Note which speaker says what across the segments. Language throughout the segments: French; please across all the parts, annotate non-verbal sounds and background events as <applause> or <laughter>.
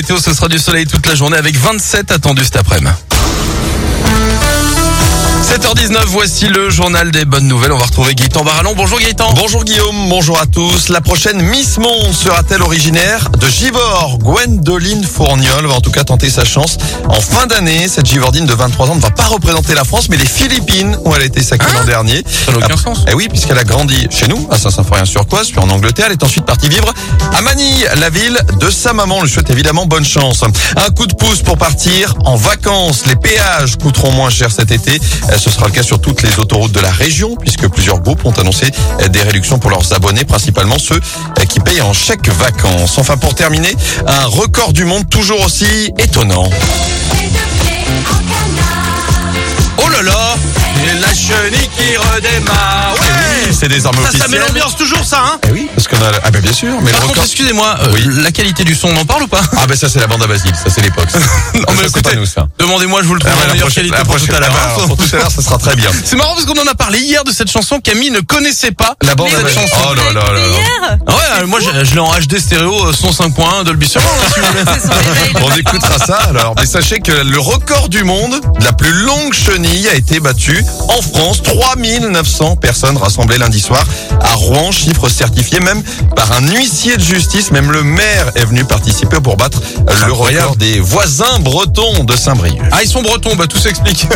Speaker 1: météo, ce sera du soleil toute la journée avec 27 attendus cet après-midi. 7h19, voici le journal des bonnes nouvelles. On va retrouver Gaëtan Barallon. Bonjour Gaëtan.
Speaker 2: Bonjour Guillaume, bonjour à tous. La prochaine Miss Monde sera-t-elle originaire de Givor Gwendoline Fourniol va en tout cas tenter sa chance en fin d'année. Cette Givordine de 23 ans ne va pas représenter la France, mais les Philippines, où elle a été sacrée l'an dernier.
Speaker 1: Ça n'a aucun sens.
Speaker 2: Eh oui, puisqu'elle a grandi chez nous, à Saint-Symphorien-sur-Coise, puis en Angleterre. Elle est ensuite partie vivre à Manille, la ville de sa maman. On lui souhaite évidemment bonne chance. Un coup de pouce pour partir en vacances. Les péages coûteront moins cher cet été. Euh, Ce sera le cas sur toutes les autoroutes de la région, puisque plusieurs groupes ont annoncé euh, des réductions pour leurs abonnés, principalement ceux euh, qui payent en chèque vacances. Enfin, pour terminer, un record du monde toujours aussi étonnant.
Speaker 1: Ah
Speaker 2: Oh là là
Speaker 1: Et la chenille qui redémarre.
Speaker 2: Eh oui, C'est désormais
Speaker 3: Ça, ça met
Speaker 2: officiel.
Speaker 3: l'ambiance toujours, ça, hein
Speaker 2: Eh oui, parce qu'on a... Ah ben bien sûr, mais
Speaker 1: Par
Speaker 2: le
Speaker 1: contre,
Speaker 2: record...
Speaker 1: excusez-moi, euh,
Speaker 2: Oui.
Speaker 1: la qualité du son, on en parle ou pas
Speaker 2: Ah ben ça c'est la bande à Basile, ça c'est <laughs> l'époque. ça. Ça,
Speaker 1: mais
Speaker 2: c'est
Speaker 1: écoutez,
Speaker 2: pas nous ça.
Speaker 1: Demandez-moi, je vous le trouve
Speaker 2: Ah,
Speaker 1: en
Speaker 2: ouais, la
Speaker 1: meilleure
Speaker 2: prochaine-
Speaker 1: qualité
Speaker 2: la
Speaker 1: pour tout
Speaker 2: prochaine-
Speaker 1: à l'heure.
Speaker 2: ah,
Speaker 1: hein.
Speaker 2: bah, Pour tout à l'heure, ça sera très bien.
Speaker 1: C'est marrant parce qu'on en a parlé hier de cette chanson. Camille ne connaissait pas
Speaker 2: La bande à
Speaker 1: cette
Speaker 2: Basile.
Speaker 1: chanson.
Speaker 2: Oh là là là là.
Speaker 4: Hier,
Speaker 1: Ah ouais, euh, moi je, je l'ai en HD stéréo, euh, son 5.1 Dolby Surround. hein, si vous
Speaker 2: <laughs>
Speaker 1: voulez.
Speaker 4: c'est son réveil.
Speaker 2: On écoutera ça alors. Mais sachez que le record du monde de la plus longue chenille a été battu en France. 3900 personnes rassemblées lundi soir à Rouen. Chiffre certifié même par un huissier de justice. Même le maire est venu participer pour battre le record des voisins bretons de Saint-Brieuc.
Speaker 1: Ah ils sont bretons, bah tout s'explique.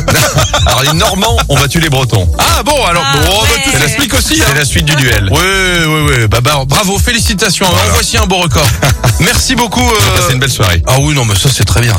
Speaker 2: Alors les Normands ont battu les Bretons.
Speaker 1: Ah bon alors,
Speaker 4: Ah
Speaker 1: bon, bah,
Speaker 4: ouais.
Speaker 1: tout
Speaker 4: C'est la-
Speaker 1: s'explique aussi. hein.
Speaker 2: C'est la suite du duel.
Speaker 1: Oui, oui, oui. Bah, bah, bravo, hein. <laughs> félicitations. En voici un beau record. Merci beaucoup. euh,
Speaker 2: Passez une belle soirée.
Speaker 1: Ah oui, non, mais ça c'est très bien. ça.